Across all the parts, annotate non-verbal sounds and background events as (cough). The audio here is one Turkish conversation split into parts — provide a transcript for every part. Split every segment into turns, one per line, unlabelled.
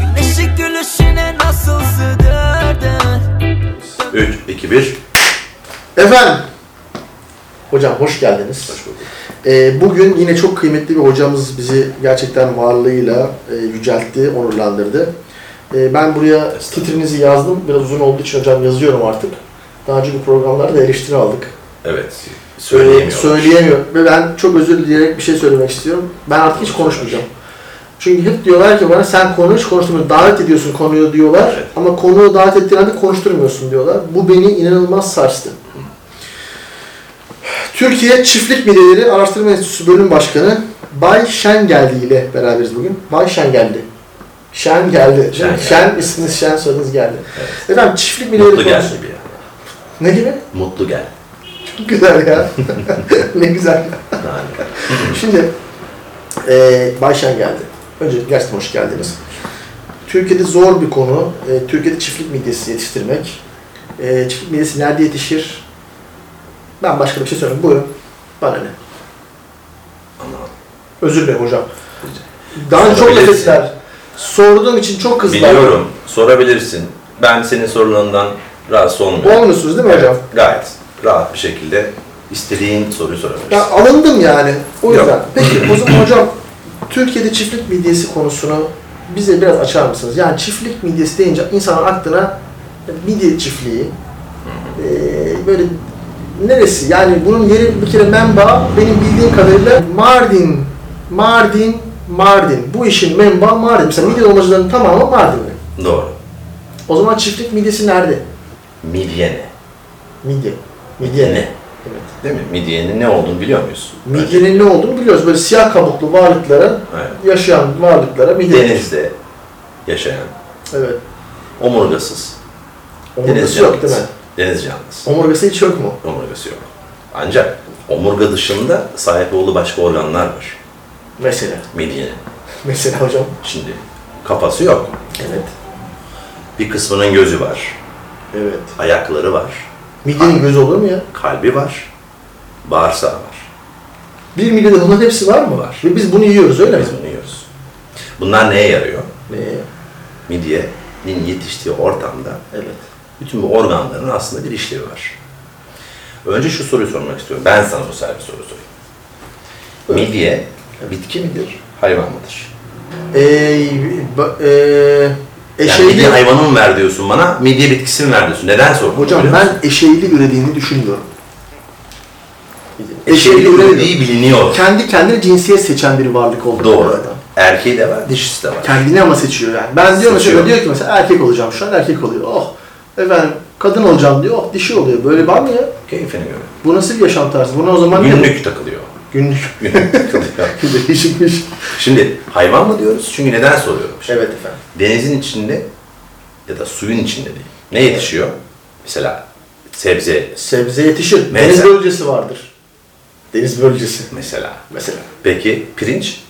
Güneşi gülüşüne nasıl sığdırdın
3, 2, 1.
Efendim. Hocam hoş geldiniz.
Hoş bulduk.
Ee, bugün yine çok kıymetli bir hocamız bizi gerçekten varlığıyla e, yüceltti, onurlandırdı. Ee, ben buraya titrinizi yazdım. Biraz uzun olduğu için hocam yazıyorum artık. Daha önceki programlarda da eleştiri aldık.
Evet.
Söyleyemiyorum.
Söyleyemiyorum.
Söyleyemiyorum. Ve ben çok özür dileyerek bir şey söylemek istiyorum. Ben artık hiç konuşmayacağım. Çünkü hep diyorlar ki bana sen konuş, konuşturma. Davet ediyorsun konuyu diyorlar.
Evet.
Ama konuyu davet ettiğin halde konuşturmuyorsun diyorlar. Bu beni inanılmaz sarstı. Türkiye Çiftlik Bireyleri Araştırma Enstitüsü Bölüm Başkanı Bay Şengeldi ile beraberiz bugün. Bay Şengeldi. Şen geldi. Şen,
Şengeldi.
isminiz Şen soyadınız geldi.
Evet.
Efendim çiftlik bireyleri
Mutlu gel
konusu-
gibi ya.
Ne gibi?
Mutlu gel.
Çok güzel ya. (laughs) ne güzel.
Yani.
Şimdi eee Bayşen geldi. Önce gerçekten hoş geldiniz. Türkiye'de zor bir konu. Eee, Türkiye'de çiftlik midyesi yetiştirmek. Eee, çiftlik midyesi nerede yetişir? Ben başka bir şey söyleyeyim. Buyurun. Bana ne?
Anlamadım.
Özür dilerim hocam. Daha önce çok
Sorabilirsin.
nefes ver. Sorduğum için çok kızlar.
Biliyorum. Sorabilirsin. Ben senin sorularından rahatsız olmuyorum.
Olmuyorsunuz değil mi hocam?
Gayet rahat bir şekilde istediğin soruyu sorabilirsin.
Ya alındım yani. O
Yok.
yüzden. Peki o zaman hocam Türkiye'de çiftlik midyesi konusunu bize biraz açar mısınız? Yani çiftlik midyesi deyince insanın aklına midye çiftliği eee, böyle neresi? Yani bunun yeri bir kere menba benim bildiğim kadarıyla Mardin, Mardin, Mardin. Bu işin menba Mardin. Mesela midye dolmacıların tamamı Mardinli.
Doğru.
O zaman çiftlik midyesi nerede?
Midyene.
Midye. Midye
Ne?
Evet.
Değil mi? Midyenin ne olduğunu biliyor muyuz?
Midyenin ne olduğunu biliyoruz. Böyle siyah kabuklu varlıklara
Evet.
yaşayan varlıklara midye.
Denizde yaşayan,
Evet.
omurgasız, deniz
Omurgası yok değil mi?
Deniz canlısı.
Omurgası hiç yok mu?
Omurgası yok. Ancak omurga dışında sahip olduğu başka organlar var.
Mesela. (laughs)
Midyenin.
Mesela hocam.
Şimdi kafası yok.
Evet.
Bir kısmının gözü var,
Evet.
ayakları var,
Midyenin gözü olur mu ya?
kalbi var, bağırsağı var.
Bir milyonun bunların hepsi var mı?
Var.
Ve biz bunu yiyoruz öyle mi?
Biz bunu yiyoruz. Bunlar neye yarıyor?
Ee,
Midyenin yetiştiği ortamda
evet.
bütün bu organların aslında bir işlevi var. Önce şu soruyu sormak istiyorum. Ben sana bu sefer bir soru sorayım. Midye bitki midir, hayvan mıdır?
Ee, ba- ee,
Yani
eşeğli,
midye hayvanı mı ver diyorsun bana, midye bitkisini ver diyorsun. Neden sordun?
hocam
biliyor musun?
ben eşeğli ürediğini düşünmüyorum.
eşeğin
eşeğli
ürediği biliniyor.
Kendi kendine cinsiyet seçen bir varlık oldu.
Doğru. Erkeği de var, dişisi de var.
Kendini ama seçiyor yani. Ben diyorum mesela
Seçiyor.
diyor ki mesela erkek olacağım şu an erkek oluyor. Oh efendim kadın olacağım diyor. Oh dişi oluyor. Böyle var mı ya?
Keyfine göre.
Bu nasıl bir yaşam tarzı? Buna o zaman ne-
Günlük takılıyor.
(laughs) Günlük.
Günlük takılıyor.
Değişikmiş.
Şimdi hayvan mı diyoruz? Çünkü neden soruyorum? Şimdi
Evet efendim.
Denizin içinde ya da suyun içinde değil. Ne yetişiyor? Mesela sebze
Sebze yetişir.
Mesela.
Deniz bölgesi vardır. Deniz bölgesi.
mesela.
Mesela.
Peki pirinç?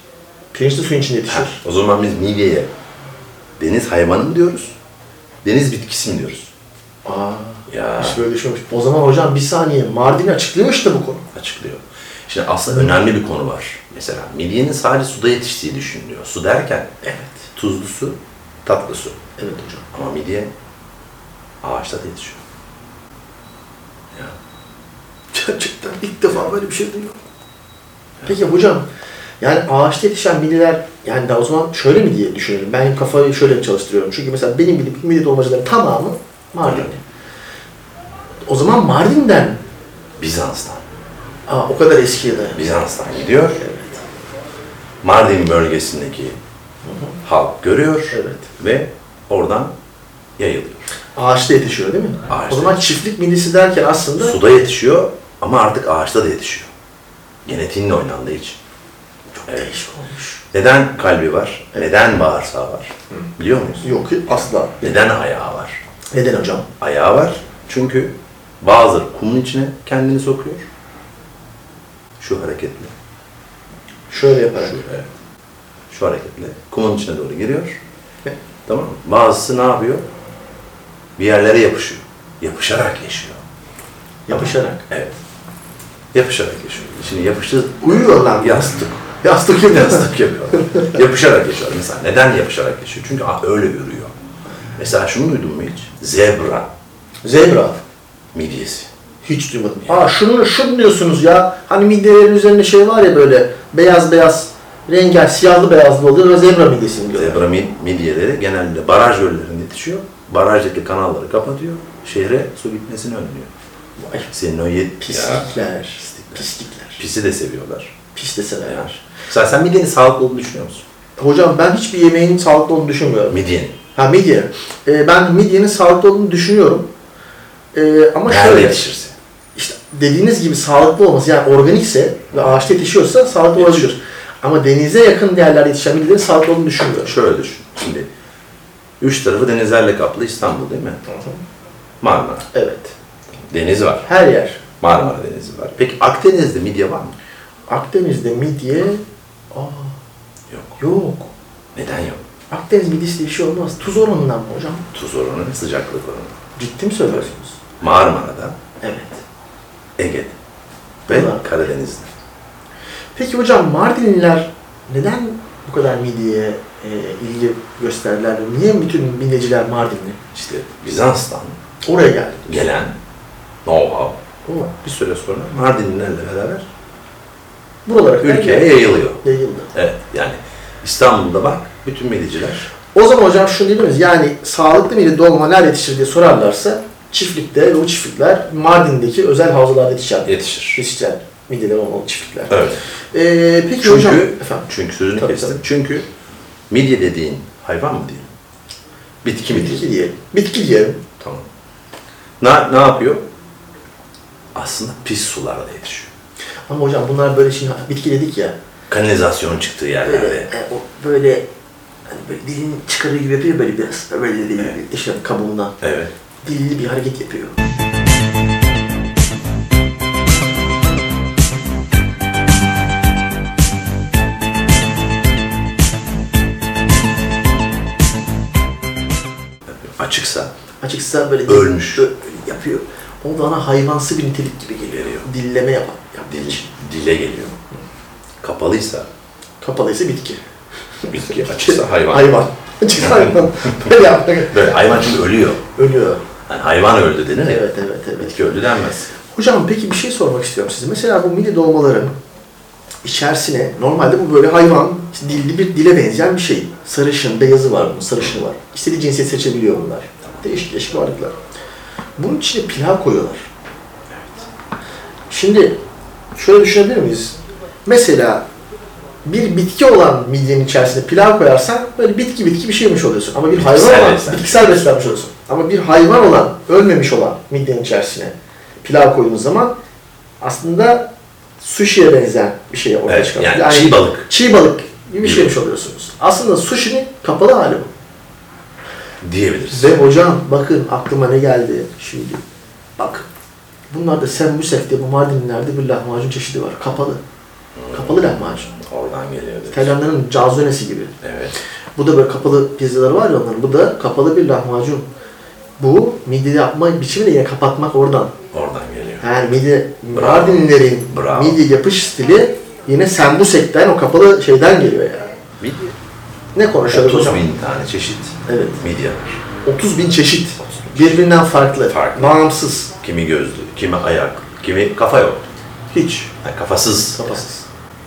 Pirinç de suyun içinde yetişir.
Ha, o zaman biz midyeye deniz hayvanı mı diyoruz? Deniz bitkisi mi diyoruz?
Aa.
Ya
Hiç böyle düşünmemiş. O zaman hocam bir saniye. Mardin açıklıyor işte bu konu.
açıklıyor. Şimdi aslında önemli bir konu var. Mesela midyenin sadece suda yetiştiği düşünülüyor. Su derken evet tuzlu su, tatlı su.
Evet hocam.
Ama midye ağaçta da yetişiyor. Ya.
Gerçekten ilk defa böyle bir şey duyuyorum. Peki hocam, yani ağaçta yetişen midyeler, yani daha o zaman şöyle mi diye düşünüyorum. Ben kafayı şöyle çalıştırıyorum. Çünkü mesela benim bildiğim midye dolmacıların tamamı Mardin.
Evet.
O zaman Mardin'den,
Bizans'tan.
aa, o kadar eskiye dayanıyor.
Bizans'tan gidiyor.
Evet.
Mardin bölgesindeki halk görüyor
Evet.
ve oradan yayılıyor.
Ağaçta yetişiyor değil mi?
Ağaçta
O zaman çiftlik midisi derken aslında
Suda yetişiyor ama artık ağaçta da yetişiyor. Genetiğinle oynandığı için.
çok
Evet.
değişik olmuş.
Neden kalbi var? Neden bağırsağı var? Biliyor muyuz?
Yok asla.
Neden ayağı var?
Neden hocam?
Ayağı var çünkü bazıları kumun içine kendini sokuyor. Şu hareketle.
Şöyle yaparak.
Şu, evet. Şu hareketle kumun içine doğru giriyor. Tamam mı? Bazısı ne yapıyor? Bir yerlere yapışıyor. Yapışarak yaşıyor.
Yapışarak.
Evet. Yapışarak yaşıyor. Şimdi (laughs) yapıştı
Uyuyorlar mı?
yastık.
Yastık yedi. (laughs)
Yastık yapıyorlar. yapışarak yaşıyor. Mesela neden yapışarak yaşıyor? Çünkü ah, öyle görüyor. Mesela şunu duydun mu hiç? Zebra
Zebra.
midyesi.
Hiç duymadım. ya.
Aa şunu şunu diyorsunuz ya. Hani midyelerin üzerinde şey var ya böyle beyaz beyaz rengar siyahlı beyazlı oluyor ve zebra midyesi mi diyorlar.
Zebra mid- midyeleri genelde baraj göllerinde yetişiyor. Barajdaki kanalları kapatıyor. Şehre su gitmesini önlüyor.
Vay
Senin o yet Ya,
pislikler. Pislikler.
Pisi de seviyorlar.
Pis deseler.
Mesela sen midyenin sağlıklı olduğunu düşünüyor musun?
Hocam ben hiçbir yemeğin sağlıklı olduğunu düşünmüyorum.
Midyenin.
Ha midye. Ee, ben midyenin sağlıklı olduğunu düşünüyorum. Ee, ama
Nerede
şöyle
yetişirse.
işte dediğiniz gibi sağlıklı olması yani organikse ve ağaçta yetişiyorsa sağlıklı olabilir. Ama denize yakın yerlerde yetişen midyelerin sağlıklı olduğunu düşünmüyorum.
Şöyle düşün. Şimdi üç tarafı denizlerle kaplı İstanbul değil mi? Marmara.
Evet.
Deniz var.
Her yer.
Marmara Denizi var. Peki Akdeniz'de midye var mı?
Akdeniz'de midye
Yok.
yok.
Neden yok?
Akdeniz midyesi diye bir şey olmaz. Tuz oranından mı hocam?
Tuz oranı, sıcaklık oranı.
Ciddi mi söylüyorsunuz?
Marmara'da,
Evet.
Ege'de ve
Bunlar.
Karadeniz'de.
Peki hocam Mardinliler neden bu kadar midyeye e, ilgi gösterdiler? Niye bütün midyeciler Mardinli?
İşte Bizans'tan
Oraya geldi.
gelen know-how
Ama
bir süre sonra Mardinlilerle beraber
buralara kadar
ülkeye
geldi.
yayılıyor.
yayıldı.
Evet yani İstanbul'da bak bütün midyeciler
O zaman hocam şunu diyebilir miyiz? Yani sağlıklı midye dolma nerede yetişir diye sorarlarsa çiftlikte ve o çiftlikler Mardin'deki özel havzalarda yetişen,
yetişir.
yetişen midyeler olan çiftlikler.
Evet.
E, peki
Çünkü,
hocam efendim.
çünkü sözünü
Tabii,
kestim.
tabii.
Çünkü midye dediğin hayvan mı diyelim? Bitki mi diyelim?
Bitki diyelim. Bitki diyelim.
Tamam. Ne, ne yapıyor? Aslında pis sularda yetişiyor.
Ama hocam bunlar böyle şimdi bitki dedik ya.
Kanalizasyon çıktığı
Böyle,
yerlerde.
e, o böyle hani böyle dilin çıkarı gibi yapıyor böyle biraz. Böyle değil. işte kabuğundan.
Evet.
Dilli bir hareket yapıyor.
Açıksa
Açıkçası böyle
Ölmüş.
ö- yapıyor. O bana hayvansı bir nitelik gibi geliyor.
Geliyor.
Dilleme yapan. yaptığı
dil,
için.
dile geliyor. Kapalıysa
Kapalıysa bitki.
bitki,
(laughs)
açıksa hayvan.
Hayvan.
(laughs)
Açıkçası hayvan. böyle yaptı.
Böyle hayvan çünkü ölüyor.
Ölüyor.
Hani hayvan öldü denir ya.
Evet evet evet.
Bitki öldü denmez.
Hocam peki bir şey sormak istiyorum size. Mesela bu mide dolmaların içerisine normalde bu böyle hayvan işte dilli bir dile benzeyen bir şey. Sarışın, beyazı var bunun, sarışını var. İstediği cinsiyet seçebiliyor bunlar. Değişik değişik varlıklar. Bunun içine pilav koyuyorlar. Şimdi şöyle düşünebilir miyiz? Mesela bir bitki olan midyenin içerisine pilav koyarsan böyle bitki bitki bir şeymiş oluyorsun. Ama bir hayvan
Bitkisel
olan,
beslenmiş.
bitkisel beslenmiş oluyorsun. Ama bir hayvan olan, ölmemiş olan midyenin içerisine pilav koyduğun zaman aslında sushi'ye benzeyen bir şey ortaya
Evet,
çıkıyor.
yani çiğ balık.
Çiğ balık gibi bir şeymiş oluyorsunuz. Aslında sushi'nin kapalı hali bu.
Diyebiliriz.
Ve hocam bakın aklıma ne geldi şimdi. Bak bunlarda Sembusek diye bu Mardinlerde bir lahmacun çeşidi var. Kapalı.
Hmm.
Kapalı lahmacun.
Oradan geliyor. diyor.
İtalyanların cazonesi gibi.
Evet.
Bu da böyle kapalı pizzaları var ya onların. Bu da kapalı bir lahmacun. Bu midye yapma biçimi de yine kapatmak oradan.
Oradan geliyor.
Yani midye
Bravo.
Mardinlerin
Bravo.
midye yapış stili yine Sembusek'ten o kapalı şeyden geliyor yani.
Midye.
Ne konuşuyoruz
30
hocam?
bin tane çeşit
Evet.
midye var.
30 bin çeşit. Birbirinden farklı.
Farklı.
Bağımsız.
Kimi gözlü, kimi ayak, kimi kafa yok.
Hiç.
Yani kafasız.
Kafasız.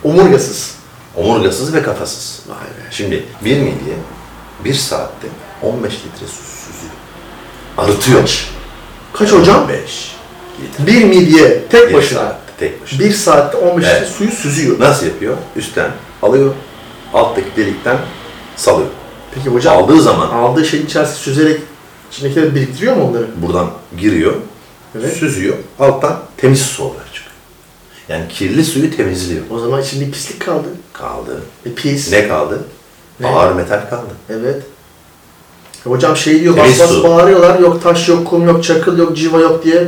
Omurgasız.
Omurgasız ve kafasız.
Vay be.
Şimdi bir midye bir saatte 15 litre su süzüyor. Arıtıyor.
Kaç hocam?
15 litre.
Bir midye tek
Bir
başına.
saatte, Tek başına.
Bir saatte 15 litre
Evet.
suyu süzüyor.
Nasıl yapıyor? Üstten alıyor. Alttaki delikten salıyor.
Peki hocam
Aldığı zaman-
aldığı şeyin içerisinde süzerek içindekileri biriktiriyor mu onları?
Buradan giriyor.
Evet.
Süzüyor. Alttan temiz su olarak çıkıyor. Yani kirli suyu temizliyor.
O zaman içinde pislik kaldı.
Kaldı.
E, pis.
Ne kaldı?
Ne?
Ağır metal kaldı.
Evet. E, Hocam şey diyor
Temiz
bas bas
su.
bağırıyorlar yok taş yok kum yok çakıl yok civa yok diye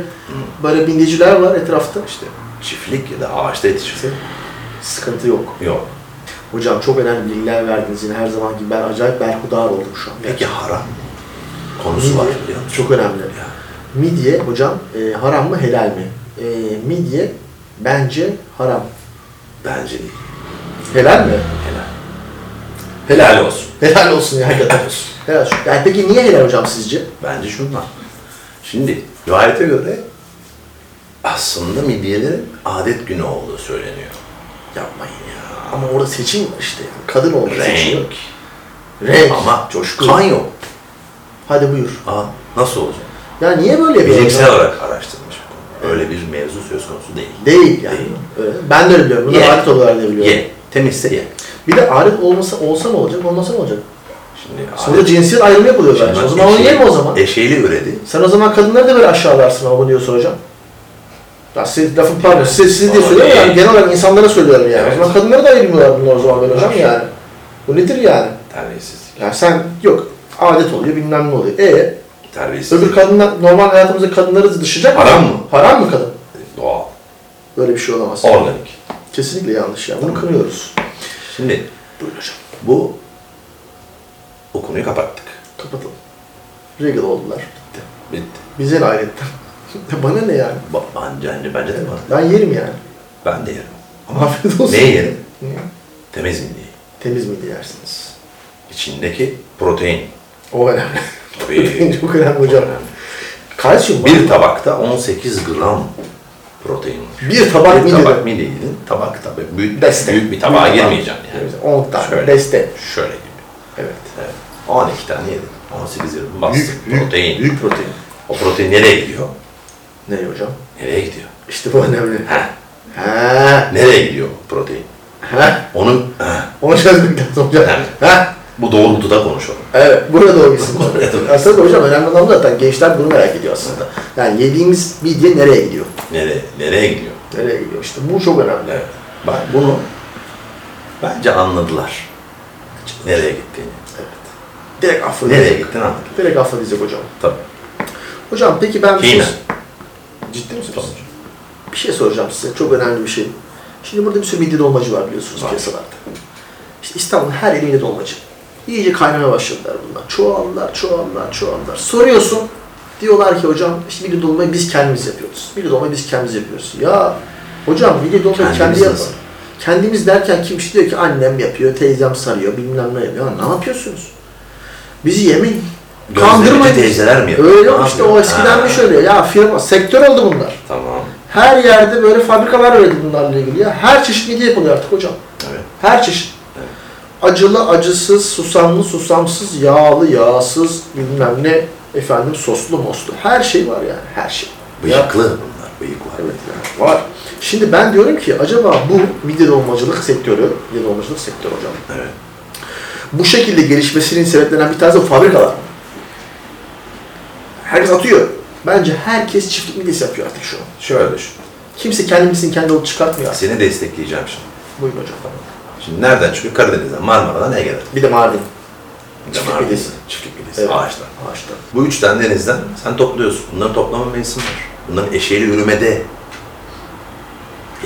böyle bindiciler var etrafta.
İşte çiftlik ya da ağaçta yetişirse
Sıkıntı yok.
yok.
Hocam çok önemli bilgiler verdiniz yine her zaman gibi ben acayip berhudar oldum şu an.
Peki haram konusu var
Midye
biliyor musun?
Çok önemli.
Ya.
Midye hocam e, haram mı helal mi? E, midye Bence haram.
Bence değil.
Helal mi?
Helal. Helal olsun.
Helal olsun ya hakikaten.
Helal olsun.
Helal olsun. Yani peki niye helal hocam sizce?
Bence şundan. Şimdi rivayete göre aslında midyelerin adet günü olduğu söyleniyor.
Yapmayın ya. Ama orada seçim var işte. Kadın olmak seçiyor.
Renk.
Renk.
Ama coşku. Kan yok.
Hadi buyur.
Aa, nasıl olacak?
Ya niye böyle yapıyorlar?
Bilimsel olarak araştırılmış bu konu. Öyle bir mevzu söz konusu değil.
Değil yani.
Değil.
Öyle. Ben de öyle biliyorum. Bunu
Ye.
alet olarak da biliyorum.
Ye. Temizse ye.
Bir de alet olmasa, olsa mı olacak, olmasa mı olacak?
Şimdi
Sonra cinsiyet ayrımı yapılıyor
Şimdi
bence.
bak, şey- E-
O zaman onu
eşeği-
yeme o zaman.
Eşeğiyle üredi.
Sen o zaman kadınları da böyle aşağılarsın ama bunu diyorsun hocam. Ya siz lafın pardon, siz, siz diye
Vallahi
söylüyorum yani
iyi.
genel olarak insanlara söylüyorum yani.
Evet.
O zaman kadınları da ayırmıyorlar bunlar o zaman böyle hocam
Tabii.
yani. Bu nedir yani?
Terbiyesizlik.
Yani sen yok adet oluyor bilmem ne oluyor. E
Terbiyesizlik.
öbür kadınlar normal hayatımızda kadınları dışacak mı?
Haram mı?
Haram mı kadın?
Doğal.
Böyle bir şey olamaz.
Organik.
Kesinlikle yanlış ya. Bunu kınıyoruz.
Şimdi
Buyurun hocam.
bu o konuyu kapattık.
Kapatalım. Regal oldular.
Bitti. Bitti.
Bize ne (laughs) ayrıntı? Bana ne yani?
Ba- Bence, bence, bence de bana.
Ben yerim yani.
Ben de yerim.
Ama (laughs) afiyet olsun.
Ne yerim?
Niye?
Temiz miydi?
Temiz miydi yersiniz?
İçindeki protein.
O önemli.
Tabii.
(laughs) Çok önemli hocam. Kalsiyum var.
Bir tabakta 18 gram protein var.
Bir tabak
bir
midye.
tabak midye yedin. Tabak tabii. Büyük,
Beste.
büyük bir tabağa
Büyük tabak.
girmeyeceksin yani.
Evet, on tane,
Şöyle.
beste.
Şöyle gibi.
Evet.
Evet. 12 tane yedin. 18 yedin. Bastık. protein.
büyük protein.
O protein nereye gidiyor?
Ne hocam?
Nereye gidiyor?
İşte bu önemli.
Heh.
Ha.
Nereye gidiyor o protein?
Ha.
Onun heh.
Onu çözmek lazım hocam.
Evet.
Ha.
bu doğrultuda konuşalım.
Evet, burada o gitsin.
Burada o gitsin.
aslında hocam önemli olan bu zaten gençler bunu merak ediyor aslında. Yani yediğimiz midye nereye gidiyor?
Nereye, nereye gidiyor?
Nereye gidiyor? İşte bu çok önemli.
Evet. Bak bunu bence anladılar. Nereye gittiğini.
Direkt afrodizyak.
Nereye gittiğini anladılar.
Direkt afrodizyak hocam.
Tabii.
Hocam peki ben... şey
Yine.
Ciddi misiniz?
Tabii.
Bir şey soracağım size. Çok önemli bir şey. Şimdi burada bir sürü midye dolmacı var biliyorsunuz piyasalarda. İşte İstanbul'un her yeri midye dolmacı. İyice kaynamaya başladılar bunlar. Çoğaldılar, çoğaldılar, çoğaldılar. Soruyorsun. Diyorlar ki hocam işte midye dolmayı biz kendimiz yapıyoruz. Midye dolmayı biz kendimiz yapıyoruz. Ya hocam midye dolmayı
Kendimiz
kendi yapar.
nasıl?
Kendimiz derken kim işte diyor ki annem yapıyor, teyzem sarıyor, bilmem ne yapıyor. Ya ne yapıyorsunuz? Bizi yemeyin.
Gözlemci
Kandırmayın.
teyzeler mi yapıyor?
Öyle
Ne
işte
yapıyor?
o eskiden
Ha.
bir şöyle. Ya firma, sektör oldu bunlar.
Tamam.
Her yerde böyle fabrikalar öğrendi bunlarla ilgili ya. Her çeşit midye yapılıyor artık hocam.
Evet.
Her çeşit.
Evet.
Acılı, acısız, susamlı, susamsız, yağlı, yağsız, bilmem ne efendim soslu, moslu. Her şey var yani, her şey. Ya,
Bıyıklı bunlar. Bıyık var.
evet ya, var. Şimdi ben diyorum ki acaba bu midye dolmacılık sektörü, midye dolmacılık sektörü hocam.
Evet.
Bu şekilde gelişmesinin sebeplenen bir tanesi bu fabrikalar. Herkes atıyor. Bence herkes çiftlik midyesi yapıyor artık şu an.
Şöyle düşün.
Kimse kendimizin kendi olup çıkartmıyor artık.
Seni destekleyeceğim şimdi.
Buyurun hocam.
Şimdi nereden çıkıyor? Karadeniz'den, Marmara'dan, Ege'den.
Bir de Mardin.
Bir de
Çiftlik
Mardin'den,
midesi.
Çiftlik midesi.
Evet.
Ağaçtan.
Ağaçtan.
Bu üç tane denizden sen topluyorsun. Bunların toplama mevsimi var. Bunların eşeğiyle üremede.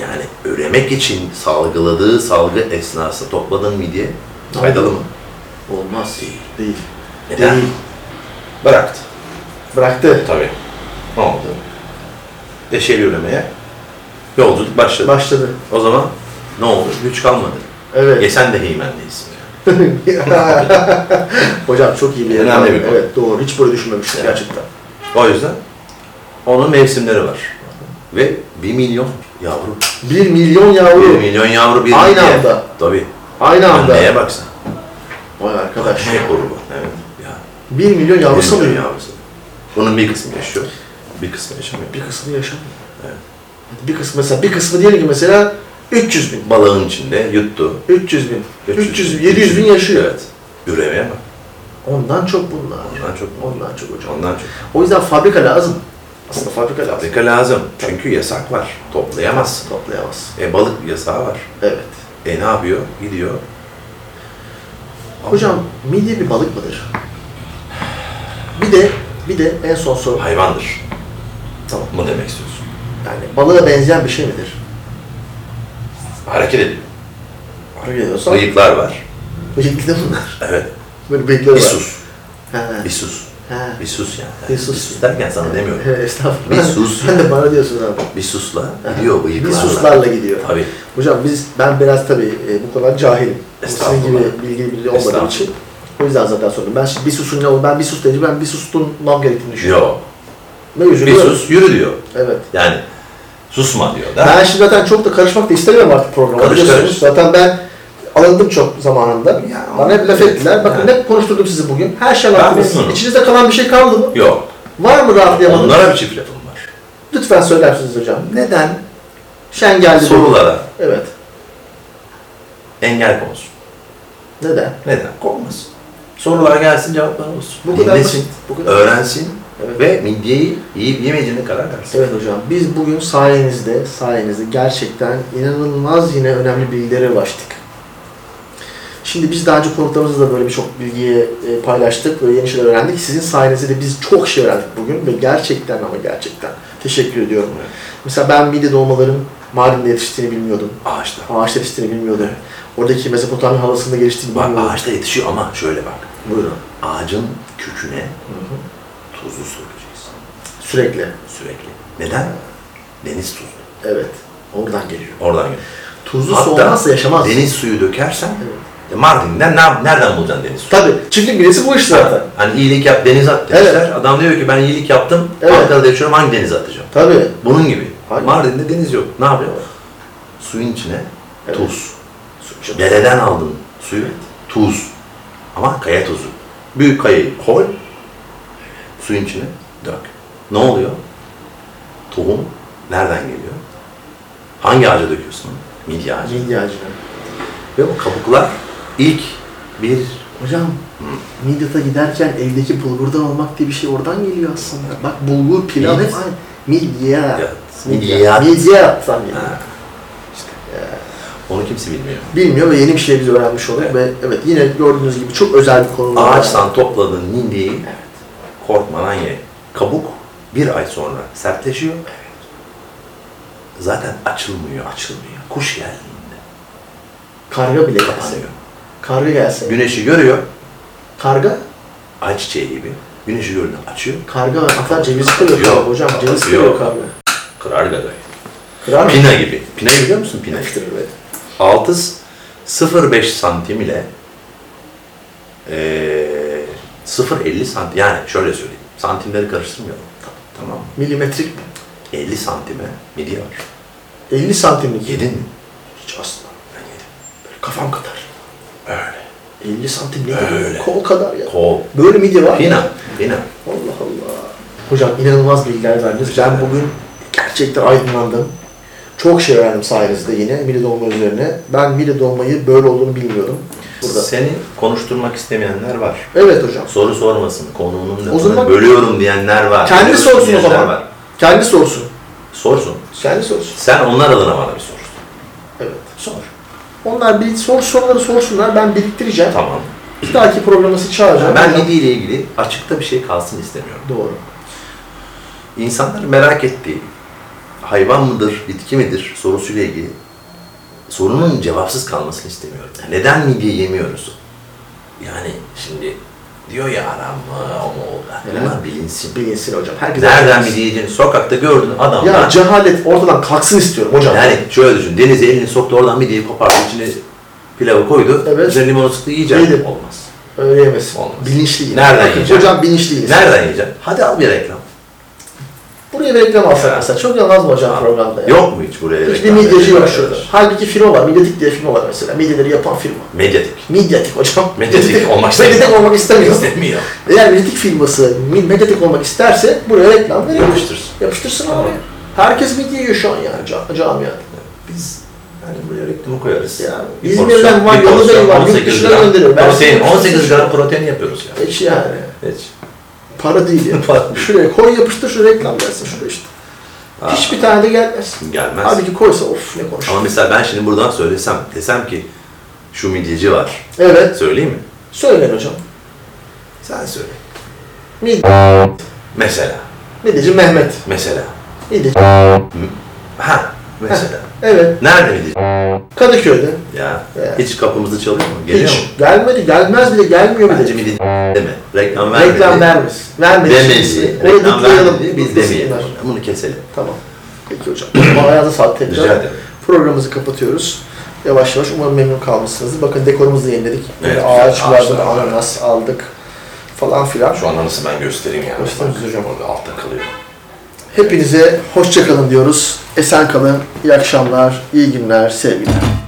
Yani üremek için salgıladığı salgı esnasında topladığın midye faydalı mı?
Olmaz.
Değil.
Değil.
Neden?
Değil.
Bıraktı.
Bıraktı.
E, Tabii. Ne oldu? Eşeğiyle üremeye yolculuk başladı.
Başladı.
o zaman ne oldu? Güç kalmadı. (laughs)
Evet.
E sen de heymendeyiz.
Hocam çok iyi bir yer.
Önemli bir konu.
Evet doğru. Hiç böyle düşünmemiştim
Evet.
gerçekten.
O yüzden onun mevsimleri var. Ve bir milyon yavru.
1 milyon
Bir
yavru.
milyon yavru bir
Aynı
midye.
anda.
Tabii.
Aynı anda.
Anneye baksana.
Vay arkadaş.
Şey grubu. Evet. Ya.
1 milyon yavru
Yavrusu
sanıyor.
Yavrusu. Bunun bir kısmı yaşıyor. Bir kısmı yaşamıyor.
Bir kısmı yaşamıyor.
Evet.
Bir kısmı mesela bir kısmı diyelim ki mesela 300 bin.
Balığın içinde yuttu.
300 bin. 300 bin. 700 bin yaşıyor.
Evet. Üremeye bak.
Ondan çok bunlar.
Ondan çok.
Ondan çok hocam.
Ondan çok.
O yüzden fabrika lazım. Aslında fabrika lazım.
Fabrika lazım. Çünkü yasak var. Toplayamaz.
Toplayamaz.
E balık yasağı var.
Evet.
E ne yapıyor? Gidiyor.
Hocam midye bir balık mıdır? Bir de bir de en son soru.
Hayvandır.
Tamam.
Mı demek istiyorsun?
Yani balığa benzeyen bir şey midir?
Hareket ediyor.
Öyle diyorsan.
Bıyıklar var.
Bıyıklı bunlar.
Evet.
Böyle bıyıkları var.
İsus.
He.
İsus.
He.
Bir sus yani.
Bir sus.
derken sana demiyorum.
He, Estağfurullah.
Bir sus.
Sen de bana diyorsun abi.
Bir susla gidiyor bıyıklarla.
Bir suslarla gidiyor.
Tabii.
Hocam biz ben biraz tabii e, bu konuda cahilim. Sizin
Estağfurullah.
gibi bilgili biri olmadığım
Estağfurullah.
için. O yüzden zaten sordum. Ben şimdi bir susun ne olur? Ben bir sus deyince ben bir susturmam gerektiğini düşünüyorum.
Yok.
Ne üzülüyorum.
Bir sus yürü diyor.
Evet.
Yani susma diyor. Da.
Ben şimdi zaten çok da karışmak da istemiyorum artık programa.
Karış,
biliyorsunuz.
karış.
Zaten ben alındım çok zamanında.
Ya,
Bana hep laf
evet.
ettiler. Bakın
Yani.
hep konuşturdum sizi bugün. Her şey
Ben
anlattınız.
memnunum.
İçinizde kalan bir şey kaldı mı?
Yok.
Var mı rahatlayamadınız?
Onlara bir çift lafım var.
Lütfen söylersiniz hocam.
Neden?
Şen geldi. dedi.
Sorulara
Evet.
engel konusu.
Neden?
Neden? Konmasın. Sorular gelsin cevaplar olsun.
Bu kadar
Dinlesin,
basit, bu
Ee,
kadar
öğrensin
Evet.
ve midyeyi yiyip yemeyeceğine karar versin.
Evet hocam. Biz bugün sayenizde, sayenizde gerçekten inanılmaz yine önemli bilgilere ulaştık. Şimdi biz daha önce konuklarımızla da böyle birçok bilgiyi e, paylaştık ve yeni şeyler öğrendik. Sizin sayenizde de biz çok şey öğrendik bugün ve gerçekten ama gerçekten teşekkür ediyorum.
Evet.
Mesela ben Mide doğmaların Mardin'de yetiştiğini bilmiyordum.
Ağaçta.
Ağaçta yetiştiğini bilmiyordum. Oradaki Mezopotamya havasında geliştiğini
Bak
bilmiyordum.
ağaçta yetişiyor ama şöyle bak.
Buyurun.
Ağacın köküne tuzlu su dökeceksin
Sürekli.
sürekli. Neden? Deniz tuzu.
Evet. Oradan geliyor.
Oradan geliyor.
Tuzlu
Hatta
su olmazsa yaşamaz.
deniz suyu dökersen
Evet.
e, Mardin'den ne- nereden bulacaksın deniz suyu?
Tabii. Çiftlik midesi bu iş zaten.
Hani iyilik yap deniz at
Evet.
demişler. Adam diyor ki ben iyilik yaptım.
Evet.
Ankara'da yaşıyorum hangi denize atacağım?
Tabii.
Bunun gibi.
Hayır.
Mardin'de deniz yok. Ne yapıyorlar? Suyun içine
Evet.
tuz. Dereden aldın suyu. Tuz. Ama kaya tuzu. Büyük kayayı koy. Suyun içine dök. Ne oluyor? Tohum nereden geliyor? Hangi ağaca döküyorsun? Midye ağacı.
Midye acı.
Ve o kabuklar ilk bir
Hocam Midyat'a giderken evdeki bulgurdan almak diye bir şey oradan geliyor aslında. Bak bulgur, pilav hep
Midyat.
aynı. Midyat.
Midyat.
Midyat'tan geliyor.
Ha. e, onu kimse bilmiyor.
Bilmiyor ve yeni bir şey biz öğrenmiş olduk
Evet.
ve evet yine gördüğünüz gibi çok özel bir konu.
Ağaçtan topladığın mindiği korkmadan ye. Kabuk bir ay sonra sertleşiyor. Zaten açılmıyor, açılmıyor. Kuş geldiğinde
Karga bile gelse.
kapanıyor.
Karga gelse.
Güneşi görüyor,
Karga?
ay çiçeği gibi. Güneşi gördüğünde açıyor,
Karga hatta ceviz kırıyor
Yok.
karga hocam. Ceviz
Yok.
kırıyor karga.
kırar gadayı.
Kırar mı?
Pina gibi. Pina'yı biliyor musun? Pina.
Yapıştırır böyle.
6 0.5 santim ile eee 0.50 santim yani şöyle söyleyeyim. Santimleri karıştırmayalım. Tamam. mı?
Milimetrik mi?
50 santime midye var.
50 santimlik.
Yedin mi?
Hiç asla.
Ben yedim.
Böyle kafam kadar.
Öyle.
50 santim ne kadar?
Öyle.
Kol kadar ya.
Kol.
Böyle midye var. mı?
Pina. Pina.
Allah Allah. Hocam inanılmaz bilgiler verdiniz. Ben bugün gerçekten aydınlandım. Çok şey öğrendim sayenizde yine mili dolma üzerine. Ben mili dolmayı böyle olduğunu bilmiyordum. Burada.
Seni konuşturmak istemeyenler var.
Evet hocam.
Soru sormasın, konuğunun
O
lafını
zaman-
bölüyorum diyenler var.
Kendi
Bölüyorsun
sorsun o
diyenler
zaman.
var.
Kendi sorsun.
Sorsun.
Kendi sorsun.
Sen onlar adına bana bir sor.
Evet.
Sor.
Onlar bir sor soruları sorsunlar. Ben biriktireceğim.
Tamam.
Bir dahaki programı çağıracağım.
Ben midye ile ilgili açıkta bir şey kalsın istemiyorum.
Doğru.
İnsanların merak ettiği hayvan mıdır, bitki midir sorusuyla ilgili sorunun cevapsız kalmasını istemiyorum. Neden midye yemiyoruz? Yani şimdi diyor ya haram mı, o mu, o mu? Bunlar bilinsin.
Bilinsin hocam. Herkes
Nereden
herkes-
midye yediğini sokakta gördün adamdan.
Ya cehalet oradan kalksın istiyorum hocam.
yani şöyle düşün, denize elini soktu oradan midyeyi kopardı, içine pilavı koydu,
Evet.
üzerine limonu sıktı yiyeceksin.
Yedim.
Olmaz.
Öyle yemesin.
Olmaz.
Bilinçli yiyin.
Nereden
Bakın
yiyeceğim?
Hocam bilinçli yiyin.
Nereden yiyeceksin? Hadi al bir reklam.
Buraya bir reklam alsak
Evet.
mesela. Çok yalnız mı hocam programda? ya?
Yok mu hiç buraya
Hiçbir
reklam?
midyeci yok
verecek
şurada.
arkadaş?
Halbuki firma var. Midyatik diye firma var mesela. Midyeleri yapan firma.
Medyatik.
Midyatik hocam.
(laughs) Medyatik olmak istemiyor.
Midyatik olmak istemiyor.
İstemiyor.
(laughs) Eğer midyatik firması mi- medyatik olmak isterse buraya reklam veriyor.
Yapıştırsın.
Yapıştırsın
Tamam.
abi. Herkes midye yiyor şu an yani ca- camiada.
Biz yani buraya reklamı koyarız.
Ya,
Bir
İzmir'den
porsiyon-
var,
bir
Yalıbey
porsiyon
var, yurt
18
dışına
gram
gönderiyor. Ben
Protein,
size-
18 gram protein yapıyoruz ya.
Hiç yani.
Hiç.
Para değil
(laughs) Para.
yani. şuraya koy yapıştır şuraya reklam gelsin şuraya işte. Hiçbir tane de gelmez.
Gelmez.
Halbuki koysa of ne
Ama
konuşuyor.
mesela ben şimdi buradan söylesem, desem ki şu midyeci var.
Evet.
Söyleyeyim mi?
Söyleyin hocam.
Sen söyle.
Mid-
Mesela.
Midyeci Mehmet.
Mesela.
Midyeci.
Ha.
(laughs)
mesela.
Evet,
Nerede midye?
Kadıköy'de.
Ya
Evet.
hiç kapımızı çalıyor mu? Geliyor mu?
Hiç gelmedi, gelmez bile, gelmiyor bile.
Bence midye deme. Reklam vermedi.
Reklam vermez. Vermedi.
Demesi.
Orayı
Reklam
dutlayalım.
vermedi. Biz demeyelim. Bunu keselim.
Tamam.
(clears throat)
Peki hocam. O zaman Ayağınıza sağlık tekrar.
Rica ederim.
Programımızı kapatıyoruz. Yavaş yavaş umarım memnun kalmışsınızdır. Bakın dekorumuzu yeniledik. Böyle
Evet, güzel.
ağaçlardan
Ağaçlar var.
ananas aldık falan filan.
Şu an nasıl ben göstereyim yani.
Göster
Bak,
hocam.
Orada altta kalıyor.
Hepinize hoşça kalın diyoruz. Esen kalın. İyi akşamlar, iyi günler, sevgiler.